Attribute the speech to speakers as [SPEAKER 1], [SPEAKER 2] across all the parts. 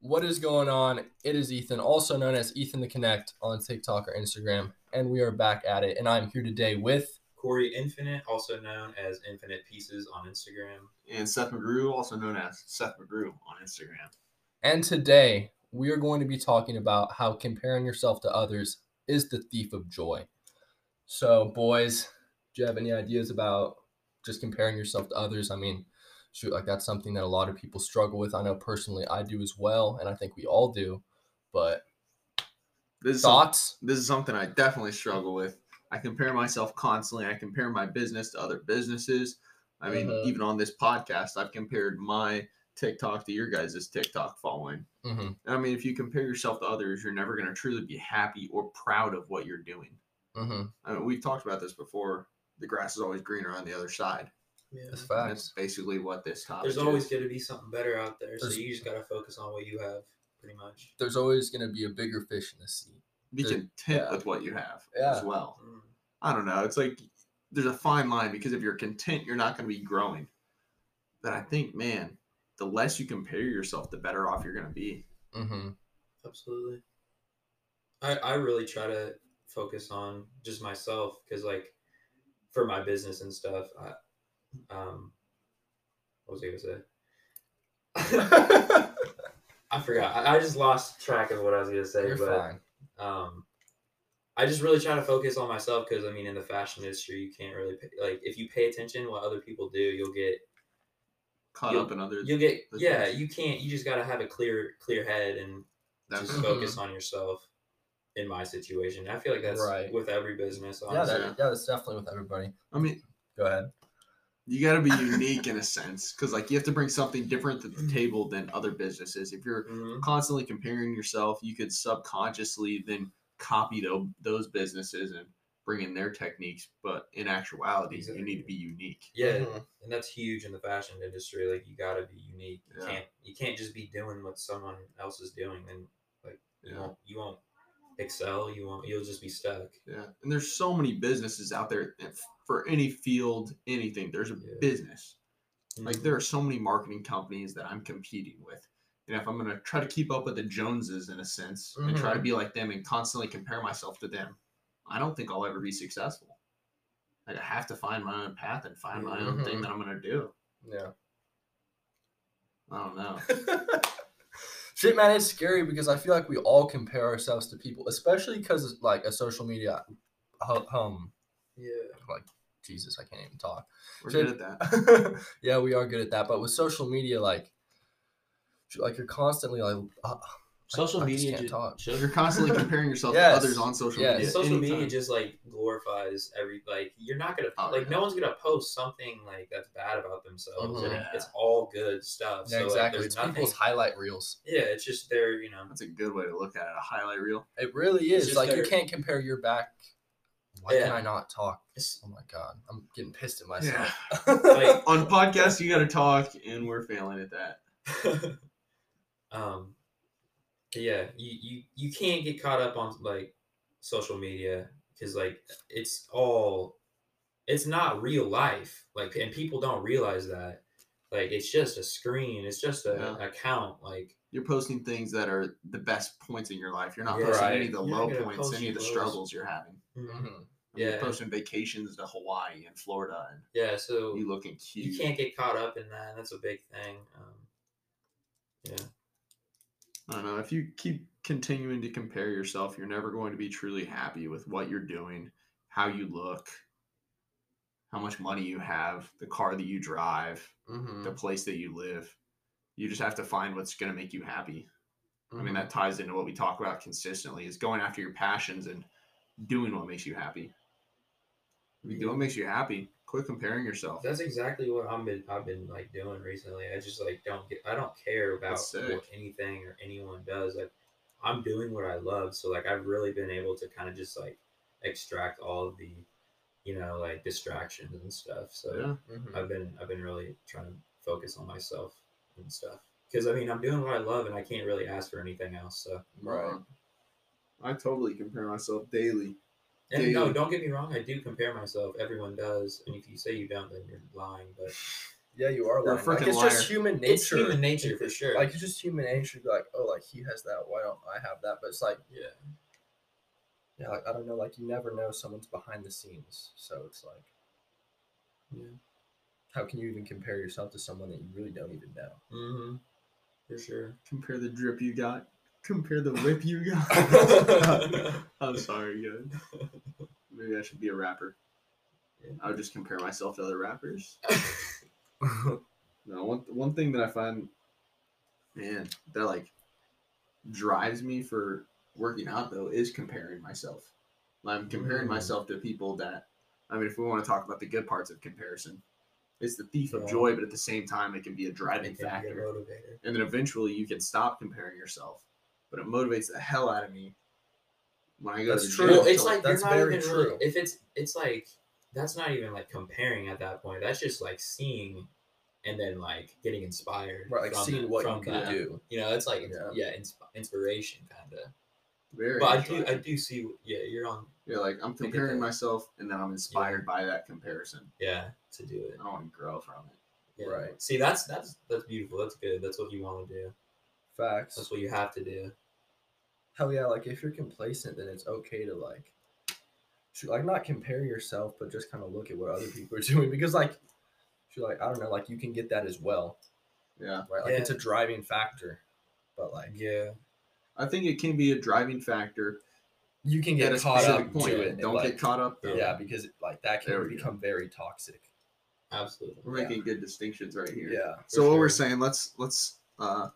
[SPEAKER 1] What is going on? It is Ethan, also known as Ethan the Connect on TikTok or Instagram, and we are back at it. And I'm here today with
[SPEAKER 2] Corey Infinite, also known as Infinite Pieces on Instagram.
[SPEAKER 3] and Seth McGrew, also known as Seth McGrew on Instagram.
[SPEAKER 1] and today we are going to be talking about how comparing yourself to others is the thief of joy. So, boys, do you have any ideas about just comparing yourself to others? I mean, shoot, like that's something that a lot of people struggle with. I know personally I do as well, and I think we all do. But
[SPEAKER 3] This is, some-
[SPEAKER 1] thoughts?
[SPEAKER 3] this is something I definitely struggle with. I compare myself constantly. I compare my business to other businesses. I mean,
[SPEAKER 1] Mhm.
[SPEAKER 3] even on this podcast, I've compared my TikTok to your guys' TikTok following.
[SPEAKER 1] hmm
[SPEAKER 3] And I mean, if you compare yourself to others, you're never going to truly be happy or proud of what you're doing.
[SPEAKER 1] hmm
[SPEAKER 3] I mean, we've talked about this before. The grass is always greener on the other side.
[SPEAKER 2] Yeah.
[SPEAKER 1] That's
[SPEAKER 3] And
[SPEAKER 1] facts.
[SPEAKER 3] That's basically what this topic
[SPEAKER 2] There's always
[SPEAKER 3] is.
[SPEAKER 2] going to be something better out there, so
[SPEAKER 1] There's-
[SPEAKER 2] you just got to focus on what you have, pretty much.
[SPEAKER 1] there's always going to be a bigger fish in the sea.
[SPEAKER 3] be
[SPEAKER 1] there-
[SPEAKER 3] content
[SPEAKER 1] yeah.
[SPEAKER 3] with what you have
[SPEAKER 1] Yeah.
[SPEAKER 3] as well.
[SPEAKER 2] Mm.
[SPEAKER 3] I don't know. It's like there's a fine line because if you're content, you're not going to be growing. But I think, man, the less you compare yourself, the better off you're going to be.
[SPEAKER 1] hmm
[SPEAKER 2] Absolutely. I I really try to focus on just myself because like for my business and stuff. I um, what was I gonna say? I forgot. I, I just lost track of what I was gonna say.
[SPEAKER 1] You're
[SPEAKER 2] but
[SPEAKER 1] fine.
[SPEAKER 2] um i just really try to focus on myself because i mean in the fashion industry you can't really pay, like if you pay attention what other people do you'll get
[SPEAKER 3] Caught
[SPEAKER 2] You'll-
[SPEAKER 3] up in other.
[SPEAKER 2] you'll get
[SPEAKER 3] That's
[SPEAKER 2] yeah
[SPEAKER 3] nice.
[SPEAKER 2] you can't you just got to have a clear clear head and
[SPEAKER 3] that's-
[SPEAKER 2] just
[SPEAKER 1] Mm-hmm.
[SPEAKER 2] focus on yourself in my situation i feel like that's
[SPEAKER 1] Right.
[SPEAKER 2] with every business
[SPEAKER 1] Yeah,
[SPEAKER 2] honestly.
[SPEAKER 1] that,
[SPEAKER 3] Yeah.
[SPEAKER 1] yeah, that's definitely with everybody.
[SPEAKER 3] I mean,
[SPEAKER 1] Go ahead.
[SPEAKER 3] you got to be unique in a sense because, like, you have to bring something different to the table than other businesses. If you're
[SPEAKER 2] Mhm.
[SPEAKER 3] constantly comparing yourself, you could subconsciously then copy tho- those businesses and bring in their techniques. But in actuality, you need to be unique.
[SPEAKER 2] yeah
[SPEAKER 1] Mm-hmm.
[SPEAKER 2] and that's huge in the fashion industry like you got to be unique you
[SPEAKER 3] Yeah.
[SPEAKER 2] can't you can't just be doing what someone else is doing and like you
[SPEAKER 3] Yeah.
[SPEAKER 2] won't you won't excel you won't you'll just be stuck
[SPEAKER 3] Yeah, and there's so many businesses out there that- for any field, anything. There's a
[SPEAKER 2] Yeah. Mm-hmm.
[SPEAKER 3] business. Like there are so many marketing companies that I'm competing with, and if I'm gonna try to keep up with the Joneses in a sense and
[SPEAKER 2] Mm-hmm.
[SPEAKER 3] try to be like them and constantly compare myself to them, I don't think I'll ever be successful. Like I have to find my own path and find my own thing
[SPEAKER 1] Mhm.
[SPEAKER 2] Mm-hmm.
[SPEAKER 3] that I'm gonna do.
[SPEAKER 1] Yeah.
[SPEAKER 3] I don't know.
[SPEAKER 1] Shit, man, it's scary because I feel like we all compare ourselves to people, especially because like a social media. hu- Um,
[SPEAKER 2] Mm-hmm. yeah
[SPEAKER 1] Jesus, I can't even talk.
[SPEAKER 3] We're
[SPEAKER 1] Should-
[SPEAKER 3] good at that.
[SPEAKER 1] yeah, we are good at that, but with social media, like, shoot, like you're constantly like, uh,
[SPEAKER 2] social
[SPEAKER 1] I just
[SPEAKER 2] media
[SPEAKER 1] can't
[SPEAKER 2] ju-
[SPEAKER 1] talk.
[SPEAKER 2] shows-
[SPEAKER 3] You're constantly comparing yourself
[SPEAKER 1] Yes,
[SPEAKER 3] to others on social
[SPEAKER 1] yes.
[SPEAKER 3] media.
[SPEAKER 2] social media
[SPEAKER 3] anytime.
[SPEAKER 2] just like glorifies every like you're not gonna
[SPEAKER 3] Oh,
[SPEAKER 2] like
[SPEAKER 3] yeah.
[SPEAKER 2] no one's gonna post something like that's bad about themselves and
[SPEAKER 3] Mhm.
[SPEAKER 2] it's all good stuff
[SPEAKER 1] Mm-hmm. yeah,
[SPEAKER 2] so
[SPEAKER 1] exactly.
[SPEAKER 2] like,
[SPEAKER 1] It's
[SPEAKER 2] there's nothing
[SPEAKER 1] people's highlight reels.
[SPEAKER 2] yeah it's just their you know
[SPEAKER 3] That's a good way to look at it. A highlight reel.
[SPEAKER 1] It really
[SPEAKER 2] It's
[SPEAKER 1] is.
[SPEAKER 2] just
[SPEAKER 1] Like you
[SPEAKER 2] their-
[SPEAKER 1] can't compare your back. Why can
[SPEAKER 2] Yeah.
[SPEAKER 1] I not talk?
[SPEAKER 2] it's
[SPEAKER 1] Oh my god, I'm getting pissed at myself.
[SPEAKER 3] Yeah.
[SPEAKER 2] like
[SPEAKER 3] on podcasts you got to talk and we're failing at that
[SPEAKER 2] um yeah you you you can't get caught up on like social media because like it's all it's not real life like and people don't realize that like it's just a screen it's just a,
[SPEAKER 3] Yeah.
[SPEAKER 2] account like
[SPEAKER 3] you're posting things that are the best points in your life you're not
[SPEAKER 2] Yeah.
[SPEAKER 3] posting
[SPEAKER 1] Right.
[SPEAKER 3] any of the
[SPEAKER 2] You're not
[SPEAKER 3] low
[SPEAKER 2] gonna
[SPEAKER 3] points
[SPEAKER 2] post
[SPEAKER 3] any of the
[SPEAKER 2] your lows.
[SPEAKER 3] struggles you're having
[SPEAKER 2] mm-hmm.
[SPEAKER 1] Mhm.
[SPEAKER 3] I mean,
[SPEAKER 2] Yeah.
[SPEAKER 3] you're posting vacations to hawaii and florida and
[SPEAKER 2] yeah so
[SPEAKER 3] you looking cute
[SPEAKER 2] you can't get caught up in that. That's a big thing. Um, yeah,
[SPEAKER 3] i don't know if you keep continuing to compare yourself you're never going to be truly happy with what you're doing how you look how much money you have the car that you drive
[SPEAKER 1] Mhm.
[SPEAKER 2] mm-hmm,
[SPEAKER 3] the
[SPEAKER 2] Mm.
[SPEAKER 3] place that you live you just have to find what's going to make you happy I
[SPEAKER 1] Mhm.
[SPEAKER 3] mean, that ties into what we talk about consistently is going after your passions and doing what makes you happy. If you do what makes you happy, quit comparing yourself.
[SPEAKER 2] that's exactly what I've been I've been like doing recently. I just like don't get I don't care about
[SPEAKER 3] That's sick.
[SPEAKER 2] what anything or anyone does. Like I'm doing what I love, so like I've really been able to kind of just like extract all of the you know like distractions and stuff. So
[SPEAKER 3] yeah.
[SPEAKER 1] Mhm.
[SPEAKER 2] I've been I've been really trying to focus on myself and stuff because I mean I'm doing what I love and I can't really ask for anything else. So
[SPEAKER 1] Right.
[SPEAKER 3] I totally compare myself daily.
[SPEAKER 2] And
[SPEAKER 3] Yeah,
[SPEAKER 2] no,
[SPEAKER 3] you-
[SPEAKER 2] don't get me wrong. I do compare myself. Everyone does. And if you say you don't, then you're lying. But
[SPEAKER 1] yeah, you are
[SPEAKER 3] You're a
[SPEAKER 1] lying. Like,
[SPEAKER 3] freaking
[SPEAKER 1] it's just human nature.
[SPEAKER 2] It's human nature for sure.
[SPEAKER 1] Like it's just human nature. to be Like oh, like he has that. Why don't I have that? But it's like
[SPEAKER 2] yeah,
[SPEAKER 1] yeah, like I don't know. Like you never know someone's behind the scenes. So it's like
[SPEAKER 2] Yeah.
[SPEAKER 1] how can you even compare yourself to someone that you really don't even know?
[SPEAKER 2] hmm for sure.
[SPEAKER 3] Compare the drip you got. Compare the whip you got.
[SPEAKER 2] yeah,
[SPEAKER 3] I'm sorry, guys. Maybe I should be a rapper. I would just compare myself to other rappers.
[SPEAKER 2] Mm-hmm.
[SPEAKER 3] No, one one thing that I find, man, that like drives me for working out though is comparing myself. I'm comparing
[SPEAKER 1] Mm.
[SPEAKER 3] myself to people that, I mean, if we want to talk about the good parts of comparison, it's the thief of
[SPEAKER 1] Yeah.
[SPEAKER 3] joy, but at the same time, it can be a driving
[SPEAKER 2] It can be a
[SPEAKER 3] factor.
[SPEAKER 2] motivator.
[SPEAKER 3] And then eventually, you can stop comparing yourself. But it motivates the hell out of me when I go
[SPEAKER 1] That's
[SPEAKER 3] to the
[SPEAKER 1] true.
[SPEAKER 3] gym.
[SPEAKER 2] Well, it's
[SPEAKER 3] to,
[SPEAKER 2] like
[SPEAKER 1] that's
[SPEAKER 2] you're not
[SPEAKER 1] very
[SPEAKER 2] even really-
[SPEAKER 1] true.
[SPEAKER 2] if it's it's like that's not even like comparing at that point. That's just like seeing and then like getting inspired.
[SPEAKER 1] Right, like
[SPEAKER 2] from
[SPEAKER 1] seeing
[SPEAKER 2] that-
[SPEAKER 1] what
[SPEAKER 2] from
[SPEAKER 1] you can
[SPEAKER 2] that.
[SPEAKER 1] do.
[SPEAKER 2] You know, it's like
[SPEAKER 1] Yeah.
[SPEAKER 2] yeah, insp- inspiration kind of.
[SPEAKER 3] very.
[SPEAKER 2] But I do I
[SPEAKER 3] enjoyable.
[SPEAKER 2] do see what- yeah you're on
[SPEAKER 3] You're like I'm
[SPEAKER 2] get
[SPEAKER 3] comparing
[SPEAKER 2] that.
[SPEAKER 3] myself, and then I'm inspired by that comparison.
[SPEAKER 2] yeah to do it.
[SPEAKER 3] I want to grow from it.
[SPEAKER 2] Yeah.
[SPEAKER 1] Right.
[SPEAKER 2] See that's that's that's beautiful. That's good. That's what you want to do.
[SPEAKER 1] Facts.
[SPEAKER 2] That's what you have to do.
[SPEAKER 1] hell yeah, like if you're complacent, then it's okay to like, shoot, like not compare yourself, but just kind of look at what other people are doing because like, shoot, like I don't know, like you can get that as well,
[SPEAKER 3] Yeah,
[SPEAKER 1] right? Like
[SPEAKER 2] Yeah.
[SPEAKER 1] it's a driving factor, but like
[SPEAKER 2] Yeah.
[SPEAKER 3] I think it can be a driving factor
[SPEAKER 1] you can
[SPEAKER 3] at
[SPEAKER 1] get
[SPEAKER 3] a
[SPEAKER 1] caught
[SPEAKER 3] specific
[SPEAKER 1] up
[SPEAKER 3] point.
[SPEAKER 1] to it. and,
[SPEAKER 3] Don't
[SPEAKER 1] like,
[SPEAKER 3] get caught up. Though.
[SPEAKER 1] yeah, because like that
[SPEAKER 3] There
[SPEAKER 1] can
[SPEAKER 3] we go.
[SPEAKER 1] become very toxic.
[SPEAKER 2] Absolutely.
[SPEAKER 3] we're making good distinctions right here.
[SPEAKER 1] Yeah,
[SPEAKER 3] So
[SPEAKER 2] for
[SPEAKER 3] what we're
[SPEAKER 2] sure.
[SPEAKER 3] saying, let's let's uh,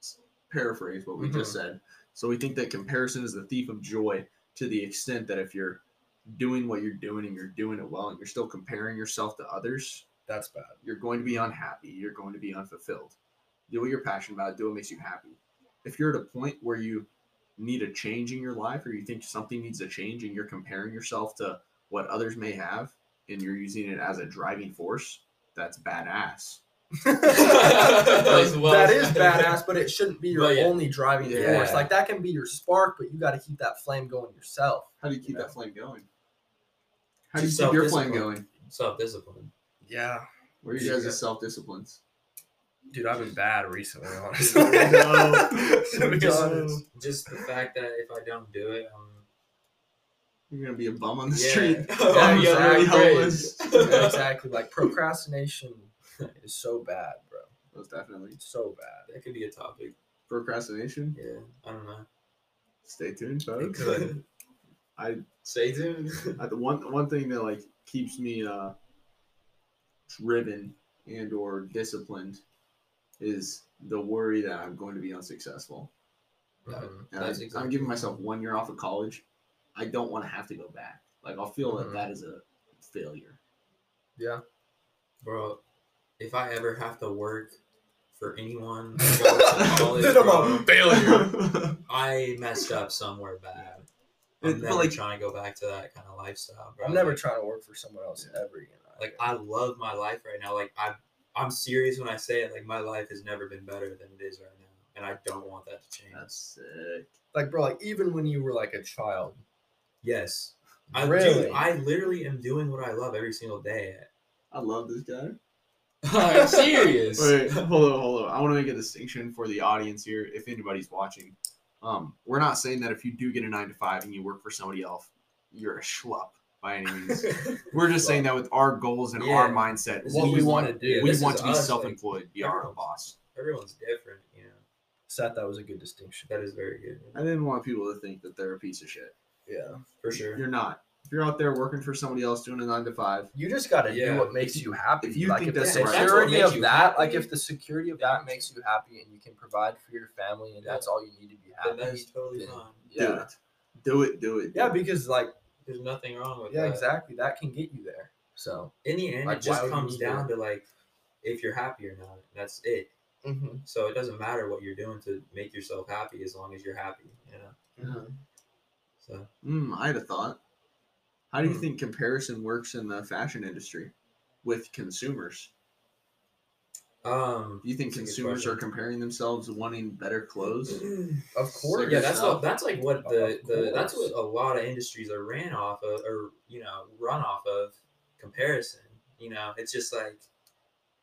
[SPEAKER 3] s- paraphrase what we just
[SPEAKER 1] Mm-hmm.
[SPEAKER 3] said. So we think that comparison is the thief of joy to the extent that if you're doing what you're doing and you're doing it well and you're still comparing yourself to others,
[SPEAKER 1] that's bad.
[SPEAKER 3] you're going to be unhappy. You're going to be unfulfilled. Do what you're passionate about. Do what makes you happy. If you're at a point where you need a change in your life or you think something needs a change and you're comparing yourself to what others may have and you're using it as a driving force, that's badass.
[SPEAKER 2] As well
[SPEAKER 1] that is
[SPEAKER 2] as-
[SPEAKER 1] badass, but it shouldn't be your
[SPEAKER 2] But yeah.
[SPEAKER 1] only driving
[SPEAKER 3] Yeah.
[SPEAKER 1] force. Like that can be your spark, but you got to keep that flame going yourself.
[SPEAKER 3] How do you keep
[SPEAKER 1] Yeah.
[SPEAKER 3] that flame going? How do you
[SPEAKER 2] Just
[SPEAKER 3] keep your flame
[SPEAKER 2] self-discipline.
[SPEAKER 3] going?
[SPEAKER 2] Self discipline.
[SPEAKER 1] Yeah,
[SPEAKER 3] Where are you
[SPEAKER 1] Yeah.
[SPEAKER 3] guys' self disciplines?
[SPEAKER 1] dude, I've been bad recently, honestly.
[SPEAKER 2] honestly.
[SPEAKER 1] to be
[SPEAKER 2] Just-
[SPEAKER 1] honest.
[SPEAKER 2] Just the fact that if I don't do it, I'm
[SPEAKER 3] You're gonna be a bum on the
[SPEAKER 2] Yeah.
[SPEAKER 3] street.
[SPEAKER 2] I'm
[SPEAKER 1] Yeah,
[SPEAKER 2] gonna
[SPEAKER 1] exactly.
[SPEAKER 2] be
[SPEAKER 3] homeless.
[SPEAKER 1] Yeah, exactly. Like procrastination is so bad, bro.
[SPEAKER 3] Most definitely.
[SPEAKER 1] It's so bad.
[SPEAKER 2] That could be a topic.
[SPEAKER 3] Procrastination.
[SPEAKER 2] Yeah. I don't know.
[SPEAKER 3] Stay tuned,
[SPEAKER 1] It
[SPEAKER 3] folks.
[SPEAKER 1] could.
[SPEAKER 3] I
[SPEAKER 2] Stay tuned.
[SPEAKER 3] I- Uh, the one one thing that like keeps me uh driven and or disciplined is the worry that I'm going to be unsuccessful.
[SPEAKER 2] Um,
[SPEAKER 1] Mhm.
[SPEAKER 3] And I,
[SPEAKER 2] That's
[SPEAKER 3] I'm
[SPEAKER 2] exactly-
[SPEAKER 3] giving myself one year off of college. I don't want to have to go back. Like I'll feel
[SPEAKER 1] Mhm.
[SPEAKER 3] that that is a failure.
[SPEAKER 1] Yeah.
[SPEAKER 2] Bro, if I ever have to work for anyone, go to college,
[SPEAKER 1] Then I'm a
[SPEAKER 2] bro, I messed up somewhere bad. I'm
[SPEAKER 3] It- but,
[SPEAKER 2] never
[SPEAKER 3] like-
[SPEAKER 2] trying to go back to that kind of lifestyle, bro.
[SPEAKER 1] I'm never
[SPEAKER 2] Like-
[SPEAKER 1] trying to work for someone else ever again.
[SPEAKER 2] like I love my life right now. Like I I'm serious when I say it. Like my life has never been better than it is right now, and I don't want that to change.
[SPEAKER 3] That's sick.
[SPEAKER 1] like, bro, like even when you were like a child,
[SPEAKER 2] yes, I
[SPEAKER 1] Really?
[SPEAKER 2] dude, I literally am doing what I love every single day.
[SPEAKER 3] I love this guy.
[SPEAKER 2] I'm serious.
[SPEAKER 3] Wait, hold on, hold on. I want to make a distinction for the audience here. If anybody's watching, um, we're not saying that if you do get a nine to five and you work for somebody else, you're a schlup by any means. we're just saying that with our goals and our
[SPEAKER 2] Yeah.
[SPEAKER 3] mindset,
[SPEAKER 2] This
[SPEAKER 1] what
[SPEAKER 2] is
[SPEAKER 1] we
[SPEAKER 2] just-
[SPEAKER 1] want to do.
[SPEAKER 2] yeah,
[SPEAKER 3] we
[SPEAKER 2] this
[SPEAKER 3] want
[SPEAKER 2] is
[SPEAKER 3] to be
[SPEAKER 2] us, like-
[SPEAKER 3] self-employed, be our own
[SPEAKER 2] everyone's-
[SPEAKER 3] boss.
[SPEAKER 2] Everyone's different, you know.
[SPEAKER 1] Seth, that was a good distinction.
[SPEAKER 2] That is very good
[SPEAKER 3] I didn't want people to think that they're a piece of shit.
[SPEAKER 1] Yeah.
[SPEAKER 2] for sure.
[SPEAKER 3] You're not. If you're out there working for somebody else doing a nine to five,
[SPEAKER 1] You just gotta do
[SPEAKER 2] Yeah.
[SPEAKER 1] what makes you happy.
[SPEAKER 3] If you
[SPEAKER 1] like
[SPEAKER 3] think
[SPEAKER 1] if the
[SPEAKER 3] that's the right-
[SPEAKER 1] security
[SPEAKER 2] That's what makes
[SPEAKER 1] of
[SPEAKER 2] you
[SPEAKER 1] that, like
[SPEAKER 2] happy.
[SPEAKER 1] if the security of that makes you happy and you can provide for your family and that's all you need to be
[SPEAKER 2] But
[SPEAKER 1] happy.
[SPEAKER 2] that's totally
[SPEAKER 1] Yeah.
[SPEAKER 2] fine.
[SPEAKER 3] do
[SPEAKER 1] yeah.
[SPEAKER 3] it. Do it. Do it.
[SPEAKER 1] Yeah,
[SPEAKER 3] do it.
[SPEAKER 1] because like
[SPEAKER 2] There's nothing wrong with
[SPEAKER 1] yeah,
[SPEAKER 2] that.
[SPEAKER 1] exactly. That can get you there. So
[SPEAKER 2] In the end,
[SPEAKER 1] Like,
[SPEAKER 2] it
[SPEAKER 1] why would
[SPEAKER 2] just
[SPEAKER 1] you
[SPEAKER 2] comes
[SPEAKER 1] need to-
[SPEAKER 2] down to like if you're happy or not. That's it.
[SPEAKER 1] Mm-hmm.
[SPEAKER 2] So it doesn't matter what you're doing to make yourself happy as long as you're happy, you know.
[SPEAKER 1] Mm-hmm.
[SPEAKER 2] So
[SPEAKER 3] Mm, I had a thought. How do you
[SPEAKER 1] Hmm.
[SPEAKER 3] think comparison works in the fashion industry with consumers?
[SPEAKER 2] um
[SPEAKER 3] Do you think
[SPEAKER 2] That's a good
[SPEAKER 3] consumers are
[SPEAKER 2] question.
[SPEAKER 3] comparing themselves, wanting better clothes?
[SPEAKER 1] of course.
[SPEAKER 2] yeah, that's
[SPEAKER 3] yourself?
[SPEAKER 2] what that's like what the,
[SPEAKER 1] Of
[SPEAKER 2] the that's
[SPEAKER 1] course.
[SPEAKER 2] what a lot of industries are ran off of or you know, run off of comparison. You know, it's just like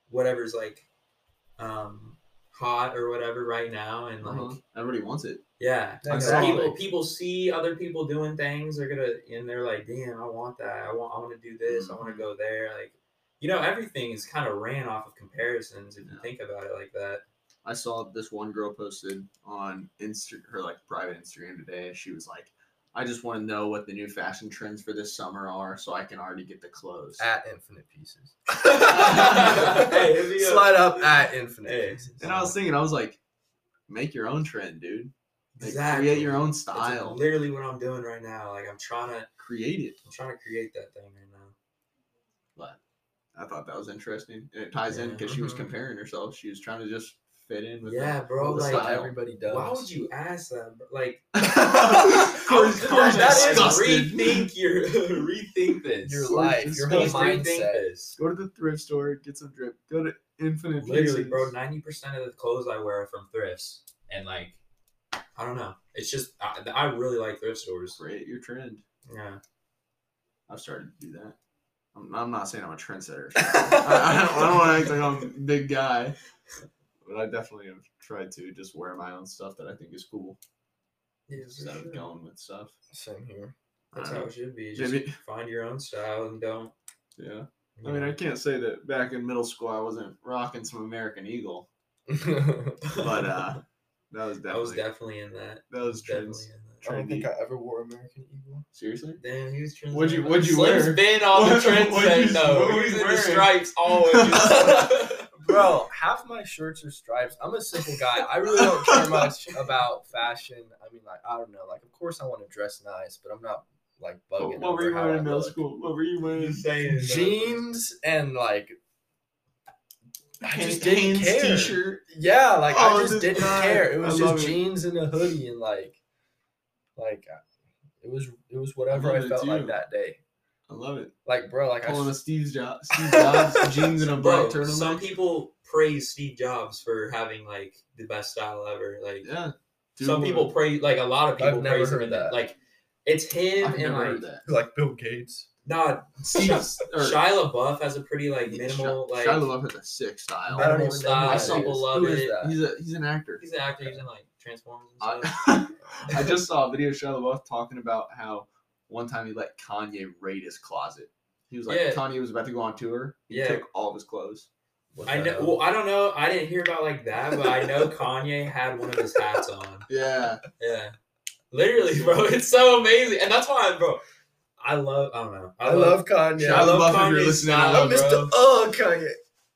[SPEAKER 2] whatever's like um hot or whatever right now and like
[SPEAKER 3] Uh-huh. Everybody wants it.
[SPEAKER 2] yeah
[SPEAKER 1] That
[SPEAKER 2] So
[SPEAKER 1] guy.
[SPEAKER 2] people people see other people doing things they're gonna and they're like damn i want that i want i want to do this i want to go there like you know everything is kind of ran off of comparisons if you
[SPEAKER 3] Yeah.
[SPEAKER 2] think about it like that
[SPEAKER 3] I saw this one girl posted on Insta her like private Instagram today. She was like, I just want to know what the new fashion trends for this summer are so I can already get the clothes.
[SPEAKER 1] At infinite pieces.
[SPEAKER 2] Hey, it'd be a-
[SPEAKER 1] Slide up at infinite
[SPEAKER 2] Hey.
[SPEAKER 1] pieces.
[SPEAKER 3] And I was thinking, I was like, make your own trend, dude. Like, Create your own
[SPEAKER 2] That's
[SPEAKER 3] style.
[SPEAKER 2] literally what i'm doing right now like i'm trying to
[SPEAKER 3] create it.
[SPEAKER 2] i'm trying to create that thing right now
[SPEAKER 3] But I thought that was interesting. And it ties in because she was
[SPEAKER 1] Mhm.
[SPEAKER 3] comparing herself. She was trying to just fit in with
[SPEAKER 2] yeah bro
[SPEAKER 1] That's
[SPEAKER 2] like
[SPEAKER 1] what everybody does.
[SPEAKER 2] why would you ask that bro? like
[SPEAKER 3] The... Corey's,
[SPEAKER 2] That-
[SPEAKER 3] Corey's
[SPEAKER 2] that is
[SPEAKER 3] disgusted.
[SPEAKER 2] rethink your rethink this.
[SPEAKER 1] Your
[SPEAKER 3] Or
[SPEAKER 1] life,
[SPEAKER 3] just
[SPEAKER 1] your whole
[SPEAKER 2] Please
[SPEAKER 3] goes
[SPEAKER 2] rethink
[SPEAKER 1] mindset.
[SPEAKER 2] this.
[SPEAKER 3] Go to the thrift store, get some drip. Go to Infinite
[SPEAKER 2] Literally,
[SPEAKER 3] Pieces.
[SPEAKER 2] bro, ninety percent of the clothes I wear are from thrifts, and like, I don't know. It's just I, I really like thrift stores.
[SPEAKER 3] Create your trend.
[SPEAKER 2] Yeah,
[SPEAKER 3] I've started to do that. I'm, I'm not saying I'm a trendsetter. I, I don't, I don't want to act like I'm a big guy, but I definitely have tried to just wear my own stuff that I think is cool
[SPEAKER 2] yeah for
[SPEAKER 3] instead of
[SPEAKER 2] sure.
[SPEAKER 3] going with stuff.
[SPEAKER 1] Same here.
[SPEAKER 2] that's
[SPEAKER 3] I
[SPEAKER 2] how
[SPEAKER 3] don't
[SPEAKER 2] it should be.
[SPEAKER 3] know.
[SPEAKER 2] Just
[SPEAKER 3] Uh, Maybe-
[SPEAKER 2] find your own style and don't.
[SPEAKER 3] yeah.
[SPEAKER 2] you
[SPEAKER 3] I mean, I
[SPEAKER 2] know.
[SPEAKER 3] can't say that back in middle school I wasn't rocking some American Eagle, but uh, that was definitely
[SPEAKER 2] I was definitely in that.
[SPEAKER 3] that was
[SPEAKER 2] Definitely
[SPEAKER 3] trends.
[SPEAKER 2] in that.
[SPEAKER 1] I don't think
[SPEAKER 3] trendy.
[SPEAKER 1] I ever wore American Eagle.
[SPEAKER 3] Seriously?
[SPEAKER 2] Damn, he was trends.
[SPEAKER 3] What'd you- what'd you
[SPEAKER 2] Slim's
[SPEAKER 3] wear?
[SPEAKER 2] been on the
[SPEAKER 3] What-
[SPEAKER 2] trend
[SPEAKER 3] what'd you-
[SPEAKER 2] set though.
[SPEAKER 3] what
[SPEAKER 2] He
[SPEAKER 3] were
[SPEAKER 2] was
[SPEAKER 3] you
[SPEAKER 2] in the
[SPEAKER 3] wearing?
[SPEAKER 2] stripes always.
[SPEAKER 1] Bro, half my shirts are stripes. I'm a simple guy. I really don't care much about fashion. I mean, like, I don't know. Like, of course, I want to dress nice, but I'm not like bugging.
[SPEAKER 3] What, what were
[SPEAKER 1] over
[SPEAKER 3] you
[SPEAKER 1] how
[SPEAKER 3] wearing
[SPEAKER 1] I
[SPEAKER 3] in middle
[SPEAKER 1] look.
[SPEAKER 3] school? What were you wearing?
[SPEAKER 2] saying
[SPEAKER 1] Jeans and like, I just
[SPEAKER 3] Hanes
[SPEAKER 1] didn't care.
[SPEAKER 3] t-shirt.
[SPEAKER 1] Yeah, like
[SPEAKER 3] Oh,
[SPEAKER 1] I just
[SPEAKER 3] this
[SPEAKER 1] didn't
[SPEAKER 3] guy.
[SPEAKER 1] care. It was
[SPEAKER 3] I love
[SPEAKER 1] just
[SPEAKER 3] it.
[SPEAKER 1] jeans and a hoodie and like, like, uh, it was it was whatever
[SPEAKER 3] love
[SPEAKER 1] I
[SPEAKER 3] it
[SPEAKER 1] felt like
[SPEAKER 3] too.
[SPEAKER 1] that day.
[SPEAKER 3] I love it.
[SPEAKER 1] Like, bro, like I
[SPEAKER 3] Pulling a Steve Jobs, Steve Jobs jeans and a black
[SPEAKER 2] Bro,
[SPEAKER 3] turtleneck.
[SPEAKER 2] some people praise Steve Jobs for having like the best style ever. Like
[SPEAKER 3] yeah.
[SPEAKER 2] some
[SPEAKER 3] Do
[SPEAKER 2] people
[SPEAKER 3] it.
[SPEAKER 2] praise, like a lot of people
[SPEAKER 1] I've never
[SPEAKER 2] praise him
[SPEAKER 1] heard
[SPEAKER 2] in that.
[SPEAKER 1] that.
[SPEAKER 2] Like it's him
[SPEAKER 3] I've
[SPEAKER 2] and
[SPEAKER 3] never
[SPEAKER 2] like
[SPEAKER 3] heard that.
[SPEAKER 1] like Bill Gates.
[SPEAKER 2] nah.
[SPEAKER 3] Steve's or
[SPEAKER 2] Shia LaBeouf has a pretty like minimal
[SPEAKER 3] Shia,
[SPEAKER 2] like
[SPEAKER 3] Shia LaBeouf has a sick style.
[SPEAKER 1] I don't even know
[SPEAKER 2] minimal
[SPEAKER 1] who
[SPEAKER 2] style.
[SPEAKER 1] that
[SPEAKER 2] Some
[SPEAKER 1] is.
[SPEAKER 2] people
[SPEAKER 3] Who
[SPEAKER 2] love
[SPEAKER 1] is
[SPEAKER 2] it.
[SPEAKER 1] that?
[SPEAKER 3] He's a he's an actor.
[SPEAKER 2] He's an actor. He's in like Transformers
[SPEAKER 3] I,
[SPEAKER 2] and stuff.
[SPEAKER 3] I just saw a video of Shia LaBeouf talking about how one time he let Kanye raid his closet. He was like
[SPEAKER 2] Yeah.
[SPEAKER 3] Kanye was about to go on tour. He
[SPEAKER 2] Yeah.
[SPEAKER 3] took all of his clothes.
[SPEAKER 1] What
[SPEAKER 2] I
[SPEAKER 1] the
[SPEAKER 2] know.
[SPEAKER 1] hell?
[SPEAKER 2] Well, I don't know. I didn't hear about like that, but I know Kanye had one of his hats on.
[SPEAKER 3] Yeah.
[SPEAKER 2] Yeah. Literally, bro. It's so amazing. And that's why, bro, I love, I don't know.
[SPEAKER 1] I, love Kanye.
[SPEAKER 3] Shia
[SPEAKER 2] I love
[SPEAKER 3] LaBeouf, if you're
[SPEAKER 2] Kanye's
[SPEAKER 3] listening,
[SPEAKER 1] I
[SPEAKER 3] I
[SPEAKER 2] style,
[SPEAKER 1] love
[SPEAKER 3] love
[SPEAKER 1] Mr.
[SPEAKER 2] bro.
[SPEAKER 1] Oh Kanye.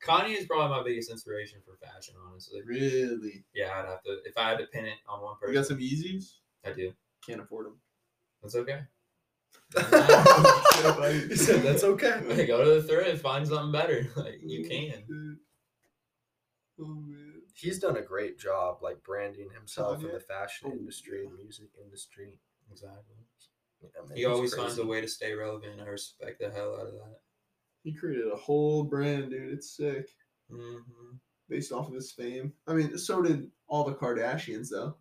[SPEAKER 2] Kanye is probably my biggest inspiration for fashion, honestly.
[SPEAKER 3] Really.
[SPEAKER 2] Yeah, I'd have to, if I had to pin it on one
[SPEAKER 3] You got
[SPEAKER 2] person,
[SPEAKER 3] some Yeezys?
[SPEAKER 2] I do.
[SPEAKER 3] Can't afford them.
[SPEAKER 2] That's okay.
[SPEAKER 1] he said that's okay.
[SPEAKER 2] Hey, go to the thrift, find something better. Like, you can.
[SPEAKER 3] Oh man.
[SPEAKER 1] He's done a great job, like branding himself in
[SPEAKER 3] Kanye?
[SPEAKER 1] the fashion
[SPEAKER 3] Oh,
[SPEAKER 1] industry,
[SPEAKER 3] yeah.
[SPEAKER 1] and music industry.
[SPEAKER 2] Exactly.
[SPEAKER 1] Yeah, man,
[SPEAKER 2] He
[SPEAKER 1] he's
[SPEAKER 2] always
[SPEAKER 1] crazy.
[SPEAKER 2] finds a way to stay relevant. I respect the hell out of that.
[SPEAKER 3] He created a whole brand, dude. It's sick.
[SPEAKER 2] Mm-hmm.
[SPEAKER 3] Based off of his fame. I mean, so did all the Kardashians though.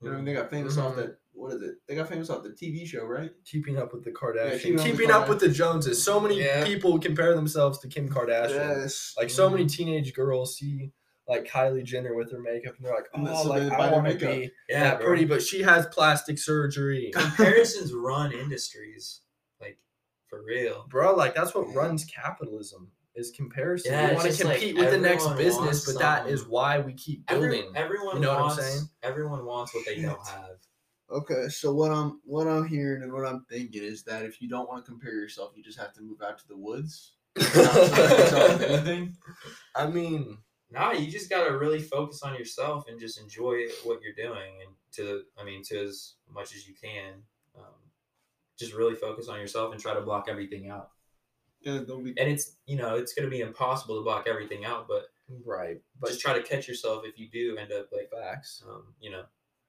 [SPEAKER 3] You know, what I mean, they got famous off
[SPEAKER 1] Mhm.
[SPEAKER 3] that. What is it? They got famous off the TV show, right?
[SPEAKER 1] keeping up with the Kardashians,
[SPEAKER 3] keeping
[SPEAKER 1] keeping, up
[SPEAKER 3] up with
[SPEAKER 1] with the Joneses. So many
[SPEAKER 2] Yeah.
[SPEAKER 1] people compare themselves to Kim Kardashian.
[SPEAKER 3] Yes.
[SPEAKER 1] Like so many
[SPEAKER 2] Mhm.
[SPEAKER 1] teenage girls see like Kylie Jenner with her makeup, and they're like,
[SPEAKER 3] And that's
[SPEAKER 1] "Oh,
[SPEAKER 3] so
[SPEAKER 1] like
[SPEAKER 3] they buy
[SPEAKER 1] I
[SPEAKER 3] her
[SPEAKER 1] want to
[SPEAKER 3] makeup.
[SPEAKER 1] be
[SPEAKER 2] Yeah,
[SPEAKER 1] that
[SPEAKER 2] bro.
[SPEAKER 1] pretty," but she has plastic surgery.
[SPEAKER 2] Comparisons run industries. Like, for real.
[SPEAKER 1] bro like that's what
[SPEAKER 3] Yeah.
[SPEAKER 1] runs capitalism is comparison we
[SPEAKER 2] Yeah, it's
[SPEAKER 1] want to
[SPEAKER 2] just like
[SPEAKER 1] compete with the next
[SPEAKER 2] everyone
[SPEAKER 1] business
[SPEAKER 2] wants
[SPEAKER 1] but that is
[SPEAKER 2] something.
[SPEAKER 1] why we keep
[SPEAKER 2] Every-
[SPEAKER 1] building
[SPEAKER 2] everyone
[SPEAKER 1] You know what I'm
[SPEAKER 2] wants,
[SPEAKER 1] saying?
[SPEAKER 2] Everyone wants what they don't
[SPEAKER 3] Shit.
[SPEAKER 2] have.
[SPEAKER 3] okay, so what I'm what I'm hearing and what I'm thinking is that if you don't want to compare yourself, you just have to move out to the woods. Not compare yourself with anything.
[SPEAKER 1] i mean
[SPEAKER 2] Nah, you just gotta really focus on yourself and just enjoy what you're doing, and to I mean, to as much as you can. Um, just really focus on yourself and try to block everything out.
[SPEAKER 3] Yeah, don't be.
[SPEAKER 2] And it's you know it's gonna be impossible to block everything out, but,
[SPEAKER 1] right but
[SPEAKER 2] just try to catch yourself if you do end up like
[SPEAKER 1] facts
[SPEAKER 2] um, you know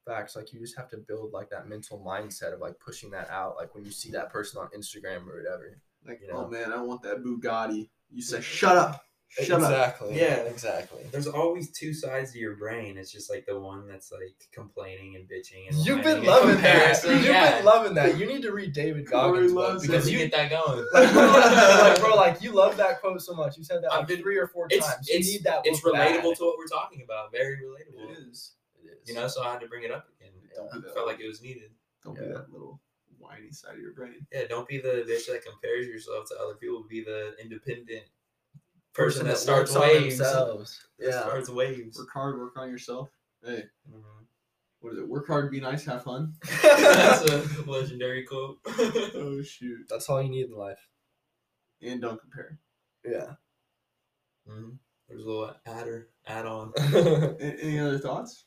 [SPEAKER 1] facts like you just have to build like that mental mindset of like pushing that out like when you see that person on instagram or whatever
[SPEAKER 3] Like,
[SPEAKER 1] you know.
[SPEAKER 3] oh man, I want that Bugatti. You say, shut up, Shut up.
[SPEAKER 4] exactly.
[SPEAKER 2] Yeah.
[SPEAKER 4] Exactly.
[SPEAKER 2] There's always two sides to your brain. It's just like the one that's like complaining and bitching. And
[SPEAKER 1] You've
[SPEAKER 2] whining
[SPEAKER 1] been
[SPEAKER 2] and
[SPEAKER 1] loving that.
[SPEAKER 2] comparison,
[SPEAKER 1] You've
[SPEAKER 2] yeah.
[SPEAKER 1] been loving that. You need to read David
[SPEAKER 3] Corey
[SPEAKER 1] Goggins' book
[SPEAKER 3] loves it.
[SPEAKER 1] because
[SPEAKER 4] you
[SPEAKER 1] you
[SPEAKER 4] get that going.
[SPEAKER 1] like, bro, like, bro, like you love that quote so much. You said that like
[SPEAKER 2] I've been-
[SPEAKER 1] three or four
[SPEAKER 2] it's-
[SPEAKER 1] times. You
[SPEAKER 2] it's-
[SPEAKER 1] need that.
[SPEAKER 2] It's
[SPEAKER 1] book bad.
[SPEAKER 2] relatable to what we're talking about. Very relatable.
[SPEAKER 3] It is. It is.
[SPEAKER 2] You know, so I had to bring it up again.
[SPEAKER 3] Don't do
[SPEAKER 2] I
[SPEAKER 3] that.
[SPEAKER 2] felt like it was needed.
[SPEAKER 3] Don't
[SPEAKER 1] Yeah.
[SPEAKER 3] be that little whiny side of your brain.
[SPEAKER 2] Yeah, don't be the bitch that compares yourself to other people. Be the independent person, that starts
[SPEAKER 1] works on
[SPEAKER 2] waves.
[SPEAKER 1] themselves.
[SPEAKER 2] That
[SPEAKER 1] Yeah.
[SPEAKER 2] starts waves.
[SPEAKER 3] Work hard, work on yourself. Hey,
[SPEAKER 2] Mhm.
[SPEAKER 3] what is it? Work hard, be nice, have fun.
[SPEAKER 2] That's a legendary quote. Mm-hmm.
[SPEAKER 3] Oh shoot.
[SPEAKER 1] That's all you need in life.
[SPEAKER 3] And don't compare.
[SPEAKER 1] Yeah.
[SPEAKER 2] Mhm. There's a little adder add on.
[SPEAKER 3] A- Any other thoughts?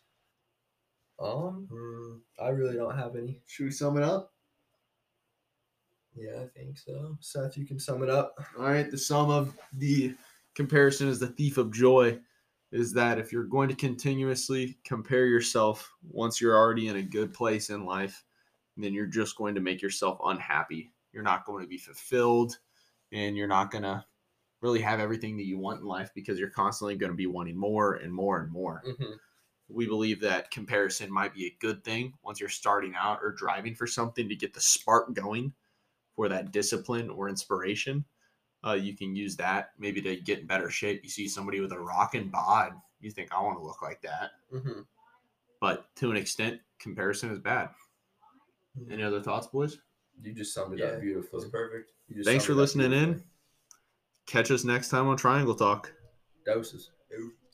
[SPEAKER 1] um,
[SPEAKER 2] Mm-hmm.
[SPEAKER 1] I really don't have any.
[SPEAKER 3] Should we sum it up?
[SPEAKER 2] yeah, I think so.
[SPEAKER 1] Seth, you can sum it up.
[SPEAKER 3] All right, the sum of the comparison is the thief of joy. Is that if you're going to continuously compare yourself once you're already in a good place in life, then you're just going to make yourself unhappy. You're not going to be fulfilled and you're not going to really have everything that you want in life because you're constantly going to be wanting more and more and more. we believe that comparison might be a good thing once you're starting out or driving for something to get the spark going for that discipline or inspiration. Uh, you can use that maybe to get in better shape. You see somebody with a rockin' bod, you think, I want to look like that.
[SPEAKER 1] Mm-hmm.
[SPEAKER 3] But to an extent, comparison is bad. Any other thoughts, boys?
[SPEAKER 1] You just summed it
[SPEAKER 2] Yeah.
[SPEAKER 1] up
[SPEAKER 2] It was
[SPEAKER 1] beautifully.
[SPEAKER 2] perfect.
[SPEAKER 1] You just
[SPEAKER 3] Thanks
[SPEAKER 1] summed
[SPEAKER 3] for
[SPEAKER 1] it up
[SPEAKER 3] listening in.
[SPEAKER 1] beautifully.
[SPEAKER 3] Catch us next time on Triangle Talk.
[SPEAKER 1] Doses.
[SPEAKER 2] It was-